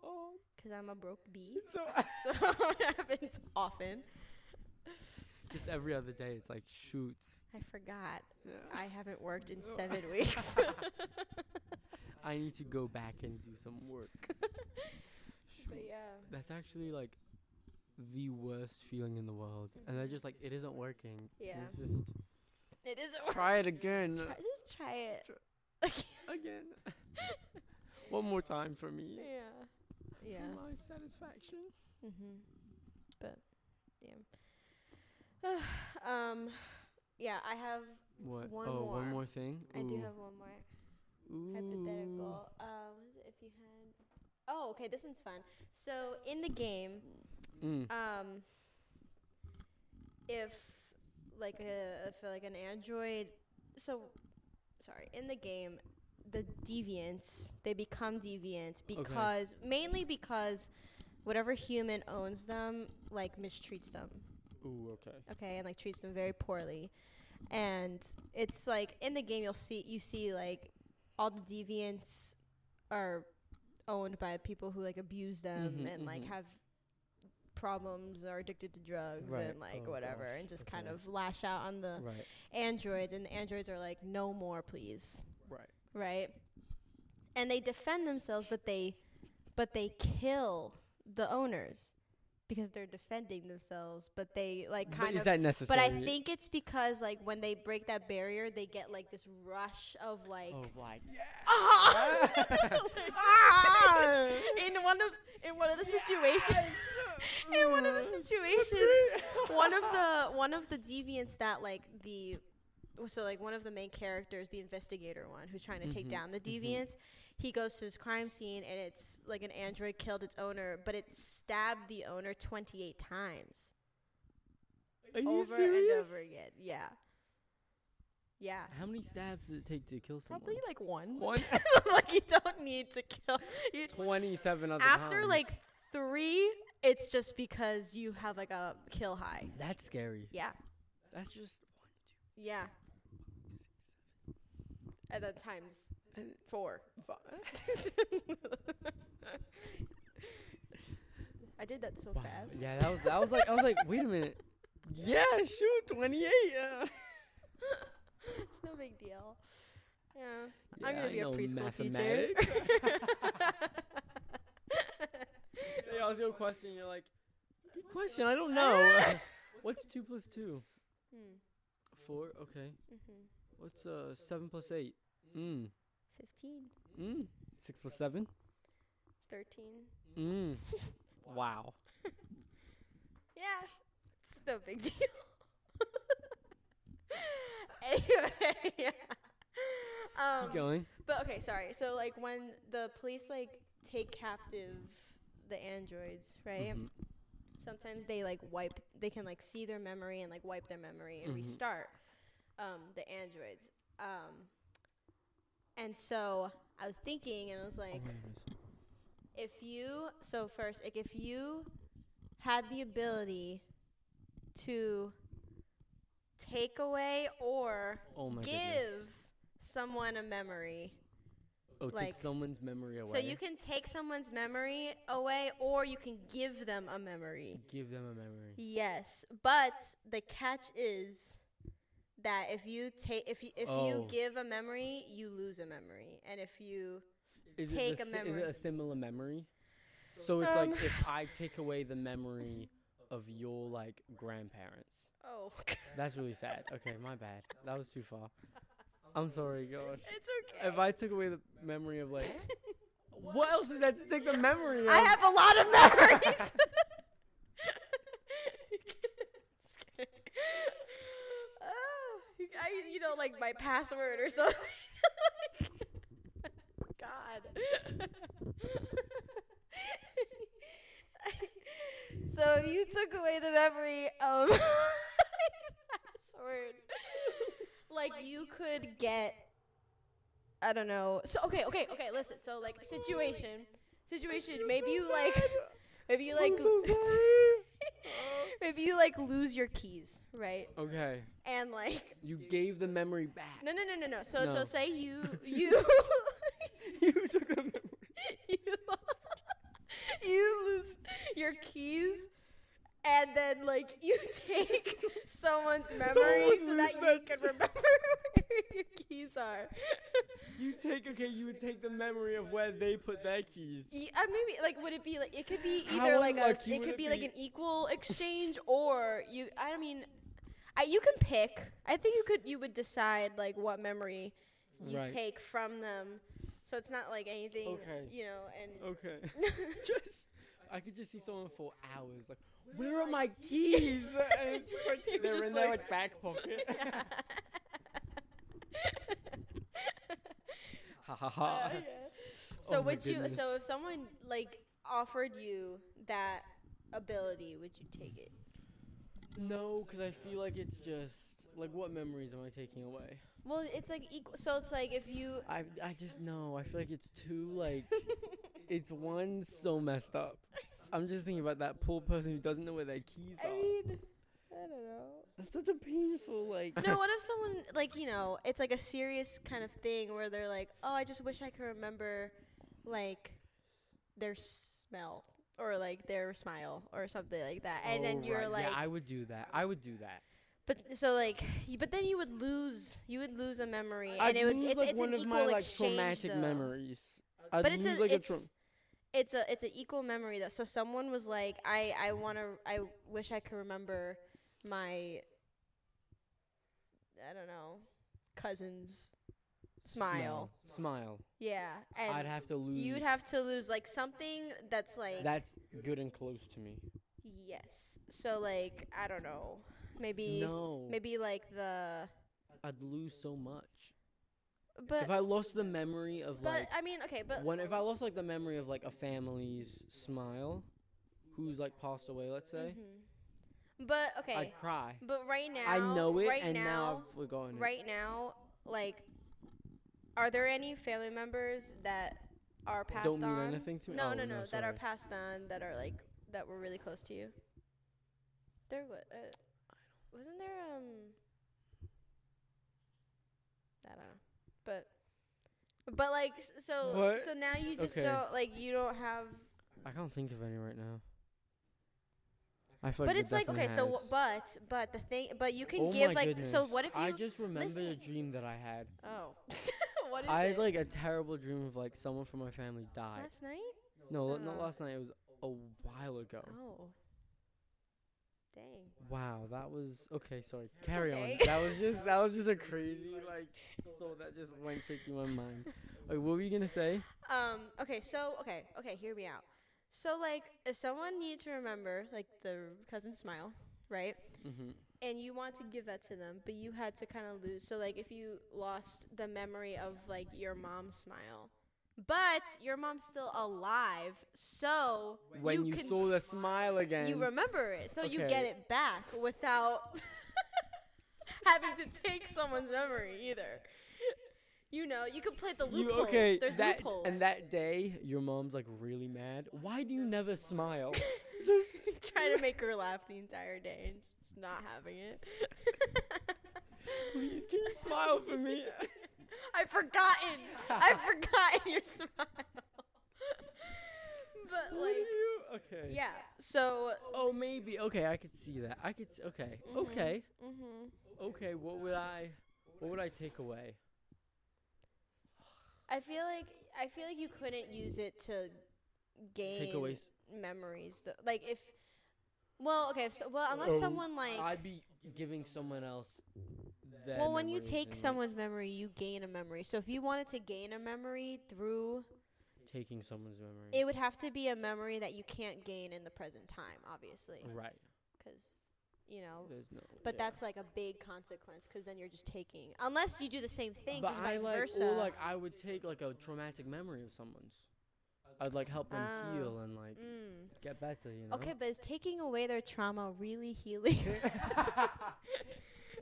Speaker 1: Oh,
Speaker 2: because I'm a broke bee,
Speaker 1: it's so.
Speaker 2: so it happens often.
Speaker 1: just every other day, it's like, shoot.
Speaker 2: I forgot
Speaker 1: Yeah.
Speaker 2: I haven't worked in
Speaker 1: No.
Speaker 2: seven weeks.
Speaker 1: I need to go back and do some work.
Speaker 2: but
Speaker 1: Shoot.
Speaker 2: yeah,
Speaker 1: That's actually like the worst feeling in the world. And I
Speaker 2: Mhm.
Speaker 1: just like, it isn't working. And
Speaker 2: Yeah.
Speaker 1: It's just.
Speaker 2: it isn't. work-
Speaker 1: Try it again. uh,
Speaker 2: Try, just try it.
Speaker 1: Again. One more time for me.
Speaker 2: Yeah. Yeah.
Speaker 1: For my satisfaction.
Speaker 2: Mm-hmm. But yeah. um, yeah, I have.
Speaker 1: What?
Speaker 2: One
Speaker 1: oh,
Speaker 2: more.
Speaker 1: one more thing.
Speaker 2: I do
Speaker 1: Ooh.
Speaker 2: have one more.
Speaker 1: Ooh.
Speaker 2: hypothetical. Uh, what is it? If you had. Oh, okay. This one's fun. So in the game,
Speaker 1: Mm.
Speaker 2: um, if like a if like an android, so sorry, in the game, the deviants they become deviant because mainly because whatever human owns them like mistreats them Uh,
Speaker 1: Ooh. Okay.
Speaker 2: okay and like treats them very poorly and it's like in the game you'll see you see like all the deviants are owned by people who like abuse them
Speaker 1: Mhm,
Speaker 2: and like
Speaker 1: mhm.
Speaker 2: have problems are addicted to drugs
Speaker 1: Right.
Speaker 2: and like
Speaker 1: Oh,
Speaker 2: whatever
Speaker 1: gosh.
Speaker 2: and just kind
Speaker 1: Okay.
Speaker 2: of lash out on the
Speaker 1: Right.
Speaker 2: androids and the androids are like no more please
Speaker 1: Right.
Speaker 2: right and they defend themselves but they but they kill the owners because they're defending themselves but they like
Speaker 1: But
Speaker 2: kind
Speaker 1: is
Speaker 2: of
Speaker 1: that
Speaker 2: but
Speaker 1: necessary?
Speaker 2: I think it's because like when they break that barrier, they get like this rush of like
Speaker 1: Oh, like.
Speaker 2: ah!
Speaker 1: Ah!
Speaker 2: in one of in one of the situations in one of the situations one of the one of the deviants that like the so like one of the main characters, the investigator one who's trying to take
Speaker 1: Mhm,
Speaker 2: down the
Speaker 1: mhm.
Speaker 2: deviants, he goes to his crime scene and it's like an android killed its owner, but it stabbed the owner twenty eight times
Speaker 1: Are you
Speaker 2: over
Speaker 1: serious?
Speaker 2: and over again. Yeah. Yeah.
Speaker 1: How many stabs does it take to kill someone?
Speaker 2: Probably like one.
Speaker 1: One.
Speaker 2: like you don't need to kill. You,
Speaker 1: Twenty-seven other
Speaker 2: after
Speaker 1: times.
Speaker 2: like three, it's just because you have like a kill high.
Speaker 1: That's scary.
Speaker 2: Yeah.
Speaker 1: That's just one, two,
Speaker 2: Yeah.
Speaker 1: six,
Speaker 2: And then times
Speaker 1: And-
Speaker 2: four.
Speaker 1: five.
Speaker 2: I did that so
Speaker 1: Wow.
Speaker 2: fast.
Speaker 1: Yeah, that was that was like I was like, wait a minute. Yeah, shoot, twenty eight. Yeah.
Speaker 2: it's no big deal. Yeah.
Speaker 1: Yeah,
Speaker 2: I'm gonna
Speaker 1: I
Speaker 2: be a
Speaker 1: know
Speaker 2: preschool teacher.
Speaker 1: mathematics. they ask you a question, you're like, good question. I don't know. What's two plus two?
Speaker 2: Hmm.
Speaker 1: Four. Okay.
Speaker 2: Mhm.
Speaker 1: What's uh seven plus eight? Mm.
Speaker 2: 15,
Speaker 1: Mm. Six plus seven.
Speaker 2: 13.
Speaker 1: Mm. Wow.
Speaker 2: Yeah. It's no big deal. anyway, yeah. Um,
Speaker 1: Keep going.
Speaker 2: But okay, sorry. So like when the police like take captive the androids, right?
Speaker 1: Mhm.
Speaker 2: Sometimes they like wipe. They can like see their memory and like wipe their memory and
Speaker 1: Mhm.
Speaker 2: restart um, the androids. Um, and so I was thinking, and I was
Speaker 1: Oh
Speaker 2: like,
Speaker 1: my goodness.
Speaker 2: if you so first like if you had the ability to take away or
Speaker 1: Oh my
Speaker 2: give
Speaker 1: goodness.
Speaker 2: someone a memory
Speaker 1: Oh, take
Speaker 2: like-
Speaker 1: someone's memory away.
Speaker 2: so you can take someone's memory away or you can give them a memory
Speaker 1: give them a memory.
Speaker 2: yes but the catch is that if you take if you if you
Speaker 1: Oh.
Speaker 2: give a memory you lose a memory and if you
Speaker 1: Is
Speaker 2: Take
Speaker 1: it the
Speaker 2: a
Speaker 1: si- Is
Speaker 2: memory.
Speaker 1: it a similar memory? So it's like
Speaker 2: Um,
Speaker 1: if I take away the memory of your like grandparents.
Speaker 2: oh
Speaker 1: That's really sad. Okay, my bad. That was too far. I'm sorry, gosh.
Speaker 2: it's okay
Speaker 1: If I took away the memory of like, what else is that to take the memory of?
Speaker 2: I have a lot of memories. Just kidding. Oh, you- I, you know, like my password or something. God. so if you took away the memory of password, like you could get, I don't know. So okay, okay, okay. Listen. So like situation, situation. Maybe you like, maybe you like. Maybe you like lose your keys, right?
Speaker 1: Okay.
Speaker 2: And like
Speaker 1: You gave the memory back.
Speaker 2: no no no no no. So
Speaker 1: No.
Speaker 2: so say you you
Speaker 1: you took the memory.
Speaker 2: you, you lose your keys and then like you take someone's memory so
Speaker 1: lose
Speaker 2: that you
Speaker 1: that-
Speaker 2: can remember where your keys are.
Speaker 1: You take okay. You would take the memory of where they put their keys.
Speaker 2: Y- uh, maybe like would it be like it could be
Speaker 1: How
Speaker 2: either like a s-
Speaker 1: unlucky
Speaker 2: it
Speaker 1: would
Speaker 2: could
Speaker 1: it
Speaker 2: be like
Speaker 1: be?
Speaker 2: an equal exchange or you I mean I, you can pick. I think you could you would decide like what memory you
Speaker 1: Right.
Speaker 2: take from them. So it's not like anything
Speaker 1: Okay.
Speaker 2: you know and
Speaker 1: Okay. just, I could just see someone for hours. Like, where are my keys? And it's just like
Speaker 2: You're
Speaker 1: they're
Speaker 2: just
Speaker 1: in their
Speaker 2: like-
Speaker 1: like back pocket. ha ha ha.
Speaker 2: So
Speaker 1: Oh my
Speaker 2: would you
Speaker 1: goodness.
Speaker 2: so if someone like offered you that ability, would you take it?
Speaker 1: No, because I feel like it's just like what memories am I taking away?
Speaker 2: Well, it's like equal so it's like if you
Speaker 1: I I just no. I feel like it's too like it's one so messed up. I'm just thinking about that poor person who doesn't know where their keys
Speaker 2: I
Speaker 1: are.
Speaker 2: mean I don't know.
Speaker 1: That's such a painful like.
Speaker 2: No, what if someone like you know, it's like a serious kind of thing where they're like, "Oh, I just wish I could remember, like, their smell or like their smile or something like that." And then
Speaker 1: Oh,
Speaker 2: you're
Speaker 1: right.
Speaker 2: like,
Speaker 1: yeah, I would do that. I would do that.
Speaker 2: "But so like, you, but then you would lose, you would lose a memory,
Speaker 1: I'd
Speaker 2: and it would
Speaker 1: lose
Speaker 2: it's,
Speaker 1: like
Speaker 2: it's
Speaker 1: one
Speaker 2: an
Speaker 1: of
Speaker 2: equal
Speaker 1: my like
Speaker 2: exchange,
Speaker 1: traumatic
Speaker 2: though.
Speaker 1: memories. I'd
Speaker 2: But it's
Speaker 1: lose,
Speaker 2: a
Speaker 1: like
Speaker 2: it's.
Speaker 1: a tra-
Speaker 2: it's a it's an equal memory though. So someone was like, I I want to I wish I could remember my I don't know cousin's smile.
Speaker 1: Smile.
Speaker 2: Yeah, and
Speaker 1: I'd have to lose.
Speaker 2: you'd have to lose like something that's like
Speaker 1: That's good and close to me.
Speaker 2: yes. So like I don't know, maybe
Speaker 1: No,
Speaker 2: maybe like the
Speaker 1: I'd lose so much.
Speaker 2: but
Speaker 1: if I lost the memory of
Speaker 2: but uh,
Speaker 1: like
Speaker 2: I mean okay but
Speaker 1: when if I lost like the memory of like a family's smile, who's like passed away, let's say,
Speaker 2: mhm. mm-hmm. but okay
Speaker 1: I'd cry.
Speaker 2: but right now
Speaker 1: I know it,
Speaker 2: right
Speaker 1: and now,
Speaker 2: now
Speaker 1: I've forgotten it.
Speaker 2: right now, like, are there any family members that are passed
Speaker 1: Don't mean
Speaker 2: on?
Speaker 1: anything to me.
Speaker 2: No,
Speaker 1: Oh,
Speaker 2: no, no,
Speaker 1: no,
Speaker 2: that are
Speaker 1: sorry.
Speaker 2: passed on that are like that were really close to you. There was uh, wasn't there um I don't know, but but like s- so
Speaker 1: What?
Speaker 2: so now you just
Speaker 1: Okay.
Speaker 2: don't like you don't have.
Speaker 1: I can't think of any right now. I feel
Speaker 2: But
Speaker 1: there
Speaker 2: it's like okay,
Speaker 1: definitely
Speaker 2: so
Speaker 1: has.
Speaker 2: w- but but the thing, but you can
Speaker 1: oh
Speaker 2: give
Speaker 1: my
Speaker 2: like
Speaker 1: goodness.
Speaker 2: so what if you
Speaker 1: I just remembered a
Speaker 2: listen.
Speaker 1: dream that I had.
Speaker 2: oh what is
Speaker 1: I
Speaker 2: it
Speaker 1: had like a terrible dream of like someone from my family died.
Speaker 2: last night?
Speaker 1: No, l-
Speaker 2: Uh-huh.
Speaker 1: not last night. It was a while ago.
Speaker 2: Oh. Dang.
Speaker 1: Wow, that was okay. Sorry, carry
Speaker 2: okay.
Speaker 1: on. That was just that was just a crazy like thought that just went straight through my mind. Like, what were you gonna say?
Speaker 2: Um, okay, so okay, okay, hear me out. So like if someone needed to remember like the cousin smile, right?
Speaker 1: Mm-hmm.
Speaker 2: And you want to give that to them, but you had to kind of lose. So like if you lost the memory of like your mom's smile, but your mom's still alive, so
Speaker 1: When you,
Speaker 2: can
Speaker 1: saw the
Speaker 2: s-
Speaker 1: smile again,
Speaker 2: you remember it, so you get
Speaker 1: Okay.
Speaker 2: it back without having to take someone's memory either. You know, you can play the
Speaker 1: you
Speaker 2: loopholes.
Speaker 1: okay?
Speaker 2: There's
Speaker 1: that
Speaker 2: loopholes.
Speaker 1: and that day, your mom's like really mad. Why do you never smile? just
Speaker 2: trying to make her laugh the entire day and just not having it.
Speaker 1: please, can you smile for me?
Speaker 2: I've forgotten. I've forgotten your smile. but
Speaker 1: what are
Speaker 2: like,
Speaker 1: you? Okay.
Speaker 2: yeah. So,
Speaker 1: Oh, maybe. Okay, I could see that. I could. s- Okay.
Speaker 2: Mm-hmm.
Speaker 1: Okay.
Speaker 2: mhm.
Speaker 1: Okay. What would I? What would I take away?
Speaker 2: I feel like I feel like you couldn't use it to gain
Speaker 1: Take away. s-
Speaker 2: memories. Though. Like if, well, okay. So, well, unless
Speaker 1: Oh,
Speaker 2: someone like.
Speaker 1: I'd be giving someone else. Their
Speaker 2: well, when you
Speaker 1: memories
Speaker 2: take
Speaker 1: and, like,
Speaker 2: someone's memory, you gain a memory. So if you wanted to gain a memory through
Speaker 1: taking someone's memory.
Speaker 2: It would have to be a memory that you can't gain in the present time, obviously.
Speaker 1: right.
Speaker 2: 'Cause you know.
Speaker 1: There's no.
Speaker 2: But
Speaker 1: yeah.
Speaker 2: that's like a big consequence because then you're just taking, unless you do the same thing,
Speaker 1: But
Speaker 2: just
Speaker 1: I
Speaker 2: vice
Speaker 1: like,
Speaker 2: versa.
Speaker 1: Or like I would take like a traumatic memory of someone's. I'd like help them
Speaker 2: Oh.
Speaker 1: heal and like
Speaker 2: Mm.
Speaker 1: get better. You know.
Speaker 2: Okay, but is taking away their trauma really healing?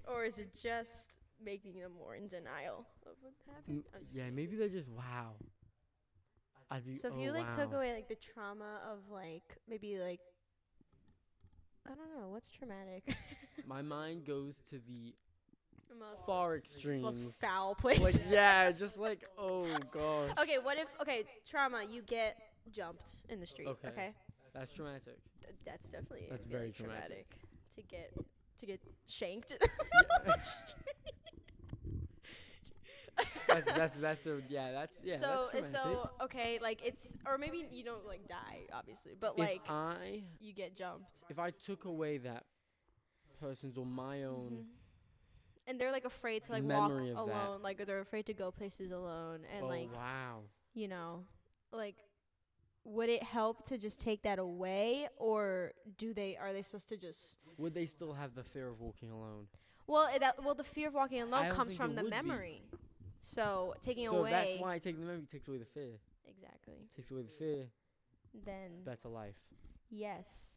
Speaker 2: or is it just making them more in denial of what happened?
Speaker 1: M-
Speaker 2: I'm just
Speaker 1: yeah,
Speaker 2: kidding.
Speaker 1: maybe they're just wow. I'd be
Speaker 2: So if
Speaker 1: oh,
Speaker 2: you like
Speaker 1: wow.
Speaker 2: took away like the trauma of like maybe like I don't know what's traumatic.
Speaker 1: my mind goes to the
Speaker 2: The most,
Speaker 1: far extremes.
Speaker 2: most foul place.
Speaker 1: like yeah, just like oh gosh,
Speaker 2: okay, what if okay trauma? You get jumped in the street. Okay,
Speaker 1: Okay. that's traumatic.
Speaker 2: Th- that's definitely
Speaker 1: That's
Speaker 2: really
Speaker 1: very
Speaker 2: traumatic.
Speaker 1: traumatic.
Speaker 2: to get to get shanked. in the middle of the street.
Speaker 1: That's that's that's a yeah. That's yeah.
Speaker 2: so
Speaker 1: that's traumatic.
Speaker 2: so okay, like it's or maybe you don't like die obviously, but
Speaker 1: if
Speaker 2: like
Speaker 1: I
Speaker 2: you get jumped.
Speaker 1: if I took away that person's or my
Speaker 2: Mm-hmm.
Speaker 1: own,
Speaker 2: and they're like afraid to like walk
Speaker 1: memory
Speaker 2: alone
Speaker 1: of that.
Speaker 2: like they're afraid to go places alone and
Speaker 1: oh
Speaker 2: like
Speaker 1: wow,
Speaker 2: you know like would it help to just take that away or do they are they supposed to just
Speaker 1: would they still have the fear of walking alone?
Speaker 2: well it, that well the fear of walking alone
Speaker 1: I don't
Speaker 2: comes
Speaker 1: think
Speaker 2: from
Speaker 1: it
Speaker 2: the
Speaker 1: would be.
Speaker 2: memory so taking
Speaker 1: so
Speaker 2: away
Speaker 1: that's why taking the memory takes away the fear.
Speaker 2: exactly
Speaker 1: Takes away the fear.
Speaker 2: then
Speaker 1: That's a life.
Speaker 2: yes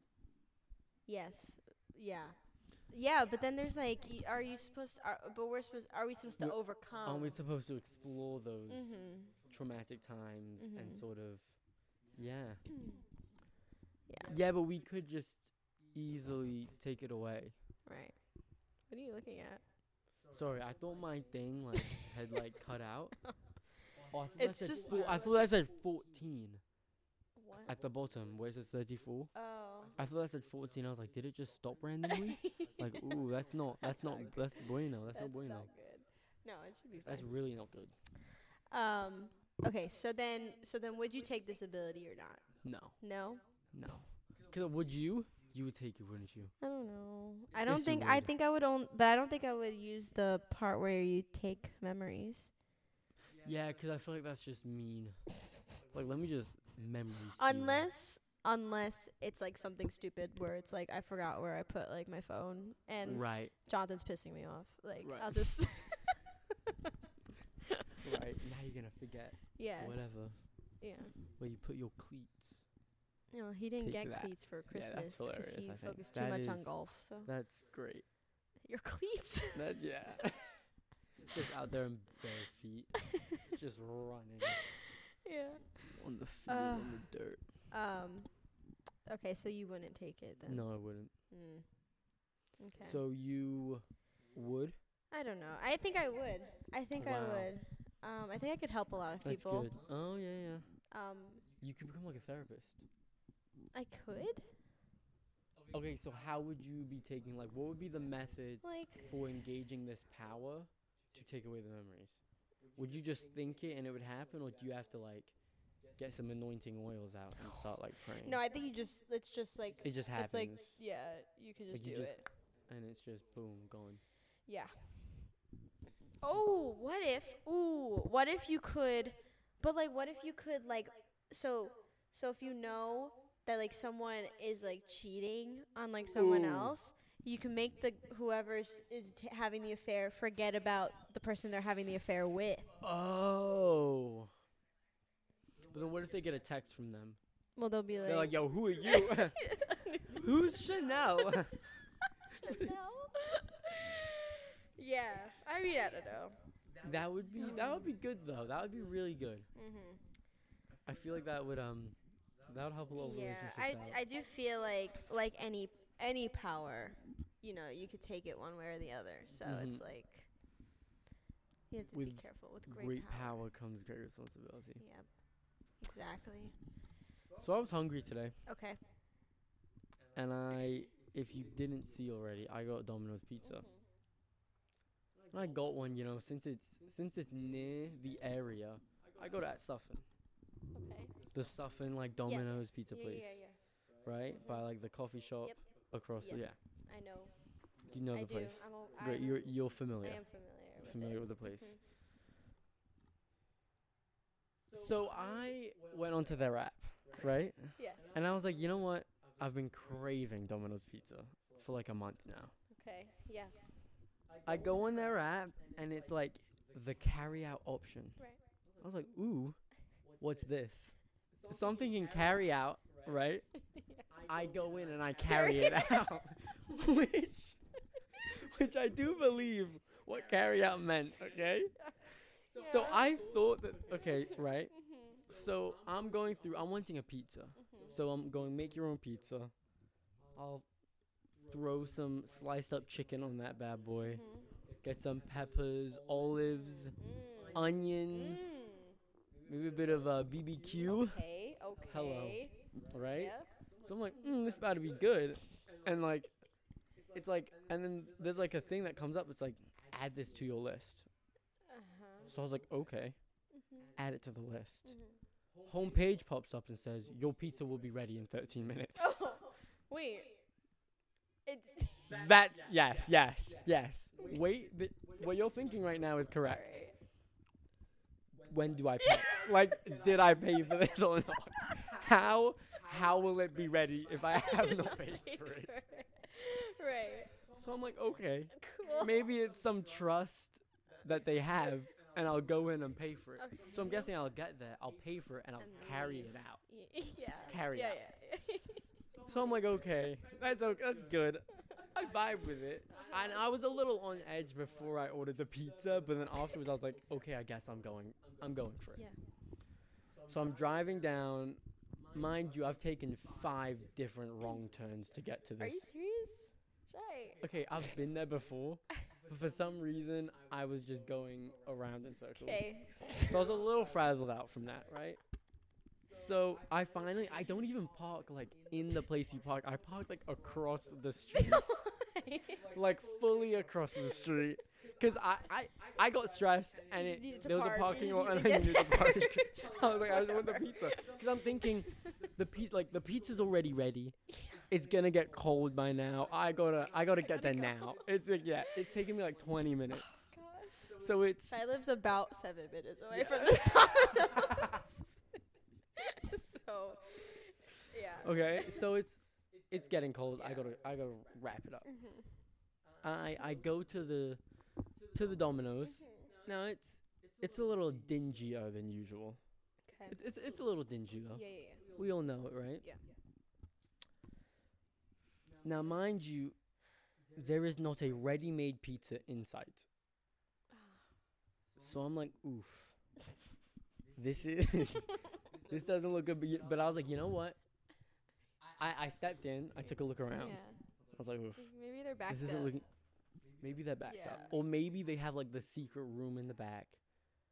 Speaker 2: yes yeah yeah but then there's like y- are you supposed are, but we're supposed are we supposed to
Speaker 1: We're-
Speaker 2: overcome
Speaker 1: Aren't we supposed to explore those
Speaker 2: Um. mm-hmm.
Speaker 1: traumatic times and
Speaker 2: Mhm.
Speaker 1: sort of, yeah,
Speaker 2: yeah
Speaker 1: yeah? But we could just easily take it away.
Speaker 2: Right. What are you looking at?
Speaker 1: Sorry, I thought my thing like had like cut out. Oh, I thought
Speaker 2: It's
Speaker 1: that said
Speaker 2: just-
Speaker 1: four- I thought that said fourteen
Speaker 2: What?
Speaker 1: at the bottom where it says thirty-four.
Speaker 2: Oh.
Speaker 1: I thought that said fourteen. I was like, did it just stop randomly? like, ooh, that's not that's not
Speaker 2: not
Speaker 1: that's bueno. That's,
Speaker 2: That's
Speaker 1: not bueno.
Speaker 2: not good. No, it should be
Speaker 1: That's
Speaker 2: fine.
Speaker 1: really not good.
Speaker 2: Um. Okay. So then, so then, would you take this ability or not?
Speaker 1: No,
Speaker 2: No.
Speaker 1: no. Cause would you? You would take it, wouldn't you?
Speaker 2: I don't know. I
Speaker 1: Yes,
Speaker 2: don't
Speaker 1: you
Speaker 2: think. I
Speaker 1: would.
Speaker 2: think I would own, but I don't think I would use the part where you take memories.
Speaker 1: Yeah, 'cause I feel like that's just mean. Like, let me just memory. steal.
Speaker 2: Unless, unless it's like something stupid where it's like I forgot where I put like my phone and
Speaker 1: Right,
Speaker 2: Jonathan's pissing me off. Like
Speaker 1: Right.
Speaker 2: I'll just.
Speaker 1: right. now you're gonna forget
Speaker 2: yeah.
Speaker 1: whatever
Speaker 2: Yeah.
Speaker 1: where you put your cleats.
Speaker 2: No, he didn't
Speaker 1: Take
Speaker 2: get
Speaker 1: that.
Speaker 2: cleats for
Speaker 1: Yeah,
Speaker 2: Christmas
Speaker 1: that's
Speaker 2: 'cause
Speaker 1: hilarious, I
Speaker 2: he
Speaker 1: think.
Speaker 2: focused too
Speaker 1: That
Speaker 2: much on
Speaker 1: is-
Speaker 2: golf. So
Speaker 1: That's great.
Speaker 2: your cleats.
Speaker 1: That's yeah. just out there in bare feet, just running
Speaker 2: Uh, yeah.
Speaker 1: on the field,
Speaker 2: Uh,
Speaker 1: on the dirt.
Speaker 2: Um. Okay, so you wouldn't take it then.
Speaker 1: No, I wouldn't.
Speaker 2: Mm. Okay.
Speaker 1: So you would?
Speaker 2: I don't know. I think I would. I think I
Speaker 1: Wow.
Speaker 2: would. Um, I think I could help a lot of
Speaker 1: That's
Speaker 2: people.
Speaker 1: good. Oh yeah, yeah.
Speaker 2: Um,
Speaker 1: You could become like a therapist.
Speaker 2: I could
Speaker 1: Okay, so how would you be taking like what would be the method
Speaker 2: like.
Speaker 1: for engaging this power to take away the memories? Would you just think it and it would happen, or do you have to like get some anointing oils out and start like praying?
Speaker 2: No, I think you just. It's just like.
Speaker 1: it just happens,
Speaker 2: It's like yeah, you can just
Speaker 1: Like, you
Speaker 2: do
Speaker 1: just-
Speaker 2: it.
Speaker 1: and it's just boom gone.
Speaker 2: Yeah. Oh, what if? Ooh, what if you could? But like, what if you could like? So, so if you know that like someone is like cheating on like someone
Speaker 1: Ooh.
Speaker 2: else, you can make the whoever is t- having the affair forget about the person they're having the affair with.
Speaker 1: Oh. But then what if they get a text from them?
Speaker 2: Well, they'll be
Speaker 1: They're like,
Speaker 2: like,
Speaker 1: "Yo, who are you? Who's Chanel?"
Speaker 2: "No." yeah, I mean, I don't know.
Speaker 1: that would be that would be good though. That would be really good.
Speaker 2: Mm-hmm.
Speaker 1: I feel like that would um that would help a little
Speaker 2: yeah
Speaker 1: relationship
Speaker 2: I,
Speaker 1: out.
Speaker 2: I do feel like like any any power you know you could take it one way or the other so it's
Speaker 1: Mhm.
Speaker 2: like you have to be
Speaker 1: With
Speaker 2: careful with
Speaker 1: great,
Speaker 2: great,
Speaker 1: power. comes great responsibility.
Speaker 2: yep exactly
Speaker 1: So I was hungry today,
Speaker 2: okay
Speaker 1: and I if you didn't see already, I got Domino's pizza. And I got one, you know, since it's since it's near the area, I got it at Suffin. Mm-hmm.
Speaker 2: okay
Speaker 1: The Suffin like Domino's pizza
Speaker 2: yeah,
Speaker 1: place.
Speaker 2: yeah, yeah,
Speaker 1: right? By like the coffee shop
Speaker 2: Yep.
Speaker 1: across.
Speaker 2: Yep.
Speaker 1: Yeah,
Speaker 2: yeah. i know
Speaker 1: do you know
Speaker 2: i
Speaker 1: the
Speaker 2: do
Speaker 1: place?
Speaker 2: i'm a,
Speaker 1: Great,
Speaker 2: I'm,
Speaker 1: you're you're
Speaker 2: I
Speaker 1: familiar,
Speaker 2: am familiar with
Speaker 1: familiar
Speaker 2: it.
Speaker 1: with the place.
Speaker 2: Mhm.
Speaker 1: So I went onto their app, right?
Speaker 2: yes
Speaker 1: And I was like, you know what? I've been craving Domino's pizza for like a month now.
Speaker 2: Okay. Yeah.
Speaker 1: I go on their app and it's like the carry out option.
Speaker 2: Right.
Speaker 1: I was like, ooh, what's this? Something can carry out, right? I go in and I carry it out, which, which I do believe what carry out meant. Okay. So I thought that okay, right?
Speaker 2: Mm-hmm.
Speaker 1: So I'm going through. I'm wanting a pizza. So I'm going make your own pizza. I'll throw some sliced up chicken on that bad boy. Get some peppers, olives,
Speaker 2: Mm-hmm.
Speaker 1: onions, maybe a bit of uh, BBQ,
Speaker 2: Okay. Okay.
Speaker 1: Hello. right?
Speaker 2: Yep.
Speaker 1: So I'm like, mm, this about to be good, and like, it's like, and then there's like a thing that comes up. It's like, add this to your list.
Speaker 2: Uh-huh.
Speaker 1: So I was like, okay, add it to the list.
Speaker 2: Mhm.
Speaker 1: Mm-hmm. Homepage pops up and says, your pizza will be ready in 13 minutes.
Speaker 2: Oh, wait. It.
Speaker 1: That's yes, yes, yes. Wait, th- what you're thinking right now is correct.
Speaker 2: Alright.
Speaker 1: When do I pay? like, did I pay for this or not? How how will it be ready if I have not paid for it?
Speaker 2: Right.
Speaker 1: So I'm like, okay,
Speaker 2: Cool.
Speaker 1: maybe it's some trust that they have, and I'll go in and pay for it.
Speaker 2: Okay.
Speaker 1: So I'm guessing I'll get there, I'll pay for it, and
Speaker 2: And
Speaker 1: I'll carry it out.
Speaker 2: Y- yeah.
Speaker 1: Carry
Speaker 2: yeah,
Speaker 1: out.
Speaker 2: Yeah.
Speaker 1: So I'm like, okay, that's okay, that's good. I vibe with it, and I was a little on edge before I ordered the pizza, but then afterwards I was like, okay, I guess I'm going, I'm going for it.
Speaker 2: Yeah.
Speaker 1: So I'm driving down. Mind you, I've taken five different wrong turns to get to
Speaker 2: Are you
Speaker 1: this.
Speaker 2: serious? Jay.
Speaker 1: Okay, I've been there before, but for some reason I was just going around in circles.
Speaker 2: Okay.
Speaker 1: So I was a little frazzled out from that, right? So I finally, I don't even park like in the place you park. I park like across the street. like fully across the street because I, I I got stressed and
Speaker 2: You
Speaker 1: it
Speaker 2: just needed to
Speaker 1: there was
Speaker 2: park.
Speaker 1: a
Speaker 2: You just
Speaker 1: parking lot
Speaker 2: needed
Speaker 1: and
Speaker 2: to
Speaker 1: I
Speaker 2: get
Speaker 1: needed to
Speaker 2: there.
Speaker 1: park.
Speaker 2: Just
Speaker 1: I was like, I just want the
Speaker 2: whatever.
Speaker 1: pizza because I'm thinking the pe- like the pizza's already ready. It's gonna get cold by now. I gotta I gotta get there
Speaker 2: gotta go.
Speaker 1: now. It's like yeah, it's taking me like 20 minutes.
Speaker 2: Gosh.
Speaker 1: So it's
Speaker 2: Shai lives about seven minutes away from the Domino's. so, yeah.
Speaker 1: okay. So it's it's getting cold. I gotta I gotta wrap it up.
Speaker 2: Mhm.
Speaker 1: I I go to the to the Domino's. Now it's it's a little dingier than usual.
Speaker 2: Okay.
Speaker 1: It's, it's, it's a little dingy though.
Speaker 2: Yeah, yeah, yeah.
Speaker 1: We all know it, right?
Speaker 2: Yeah.
Speaker 1: Now, mind you, there is not a ready-made pizza in sight. So I'm like, oof. This is this doesn't look good. But, y- but I was like, you know what? I, I stepped in. I took a look around.
Speaker 2: Yeah.
Speaker 1: I was like, oof.
Speaker 2: Like, Maybe they're back.
Speaker 1: This isn't looking. Maybe they're backed up,
Speaker 2: Yeah.
Speaker 1: or maybe they have like the secret room in the back.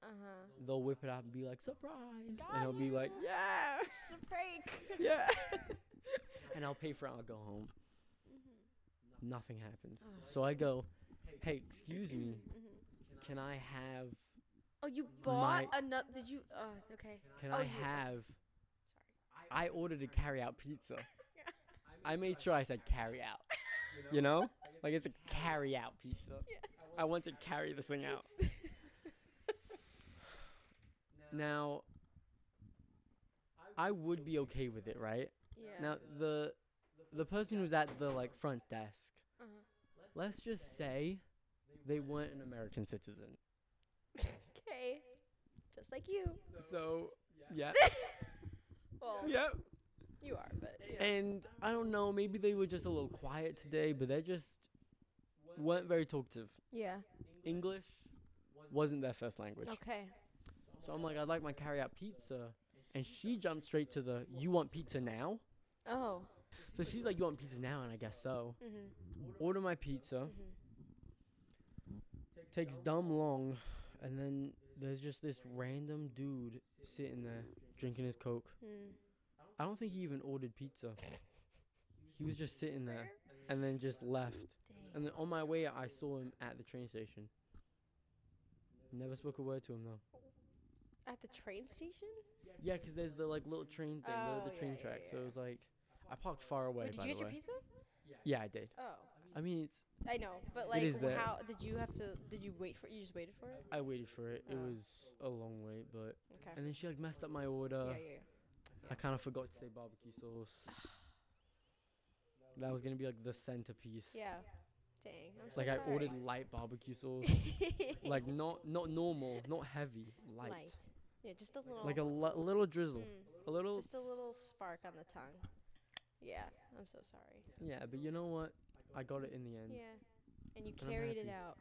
Speaker 2: Uh huh.
Speaker 1: They'll whip it out and be like, surprise, and he'll be like, yeah,
Speaker 2: It's just a prank.
Speaker 1: yeah. and I'll pay for it. I'll go home. Nothing happens. So I go, hey, excuse me,
Speaker 2: Mhm.
Speaker 1: can I have,
Speaker 2: Oh, you
Speaker 1: My-
Speaker 2: bought another? Did you? Oh, okay.
Speaker 1: can
Speaker 2: Oh,
Speaker 1: I
Speaker 2: you-
Speaker 1: have, I ordered a carry out pizza. I made sure I said carry out, you know? Like it's a carry out pizza.
Speaker 2: Yeah.
Speaker 1: I want to carry this thing out. Now, I would be okay with it, right?
Speaker 2: Yeah.
Speaker 1: Now, the the person who's at the like front desk,
Speaker 2: Uh-huh.
Speaker 1: let's just say they weren't an American citizen.
Speaker 2: Okay. Just like you.
Speaker 1: So, yeah.
Speaker 2: Well,
Speaker 1: Yep.
Speaker 2: you are, but yeah.
Speaker 1: And I don't know, maybe they were just a little quiet today, but they just weren't very talkative.
Speaker 2: yeah.
Speaker 1: English wasn't their first language.
Speaker 2: Okay.
Speaker 1: So I'm like, I'd like my carry out pizza. And she jumped straight to the, you want pizza now?
Speaker 2: Oh.
Speaker 1: So she's like, you want pizza now? And I guess so.
Speaker 2: Mhm.
Speaker 1: Order my pizza.
Speaker 2: Mhm.
Speaker 1: Takes dumb long. And then there's just this random dude sitting there drinking his Coke.
Speaker 2: Mm.
Speaker 1: I don't think he even ordered pizza. He was just sitting there and then just left.
Speaker 2: Dang.
Speaker 1: And then on my way, I saw him at the train station. Never spoke a word to him though.
Speaker 2: At the train station?
Speaker 1: Yeah, 'cause there's the like little train thing, the,
Speaker 2: Oh,
Speaker 1: the train
Speaker 2: yeah, yeah,
Speaker 1: track. So
Speaker 2: yeah.
Speaker 1: it was like, I parked far away.
Speaker 2: Wait, did
Speaker 1: by
Speaker 2: you get
Speaker 1: the
Speaker 2: your
Speaker 1: way.
Speaker 2: pizza?
Speaker 1: Yeah, I did.
Speaker 2: Oh,
Speaker 1: I mean, it's,
Speaker 2: I know, but like,
Speaker 1: is there.
Speaker 2: how did you have to? Did you wait for? You just waited for it?
Speaker 1: I waited for it. It
Speaker 2: Oh.
Speaker 1: was a long wait, but
Speaker 2: Okay.
Speaker 1: and uh, then she like messed up my order.
Speaker 2: yeah, yeah, yeah.
Speaker 1: I kind of forgot to say barbecue sauce. That was gonna be like the centerpiece.
Speaker 2: Yeah. Dang. I'm so
Speaker 1: Like I
Speaker 2: sorry.
Speaker 1: ordered light barbecue sauce, like not not normal, not heavy, light,
Speaker 2: Yeah, just a little.
Speaker 1: like a li- little drizzle,
Speaker 2: mm,
Speaker 1: a little.
Speaker 2: just a little spark on the tongue. Yeah. I'm so sorry.
Speaker 1: Yeah, but you know what? I got it in the end.
Speaker 2: Yeah. And you
Speaker 1: And I'm
Speaker 2: carried it
Speaker 1: happy.
Speaker 2: out.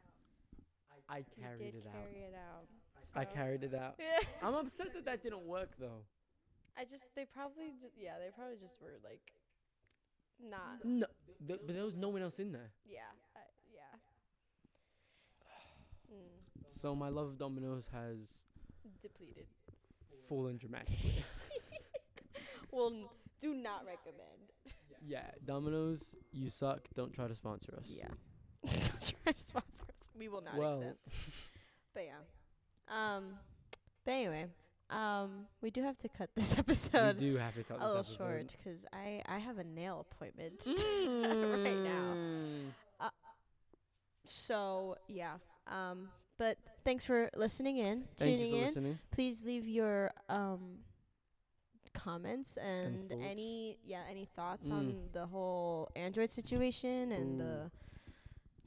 Speaker 1: I
Speaker 2: You
Speaker 1: carried
Speaker 2: did
Speaker 1: it out.
Speaker 2: carry it out.
Speaker 1: I
Speaker 2: so-
Speaker 1: carried it out.
Speaker 2: Yeah.
Speaker 1: I'm upset that that didn't work though.
Speaker 2: I just they probably just yeah they probably just were like, not
Speaker 1: No, th- but there was no one else in there.
Speaker 2: yeah I, yeah. Mm,
Speaker 1: So my love of Domino's has
Speaker 2: depleted.
Speaker 1: fallen dramatically.
Speaker 2: Well, n- do not recommend.
Speaker 1: yeah, Domino's, you suck. Don't try to sponsor us.
Speaker 2: Yeah. Don't try to sponsor us. We will not
Speaker 1: Well-
Speaker 2: accept. But yeah. Um. But anyway, um, we do have to cut this
Speaker 1: We
Speaker 2: episode
Speaker 1: do have to cut
Speaker 2: a little
Speaker 1: this
Speaker 2: short 'cause I I have a nail appointment.
Speaker 1: episode.
Speaker 2: right now.
Speaker 1: Mm.
Speaker 2: So yeah. Um. But thanks for listening in,
Speaker 1: Thank
Speaker 2: tuning
Speaker 1: you for
Speaker 2: in.
Speaker 1: listening.
Speaker 2: please leave your um comments and,
Speaker 1: thoughts.
Speaker 2: any yeah any thoughts
Speaker 1: Mm.
Speaker 2: on the whole android situation and
Speaker 1: Ooh.
Speaker 2: the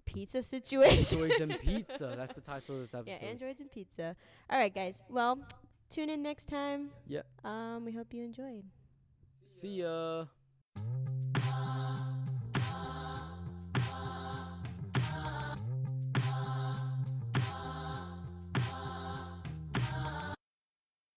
Speaker 2: pizza situation
Speaker 1: Androids and pizza. That's the title of this episode.
Speaker 2: yeah androids and pizza all right guys well tune in next time
Speaker 1: Yep.
Speaker 2: um we hope you enjoyed
Speaker 1: See ya.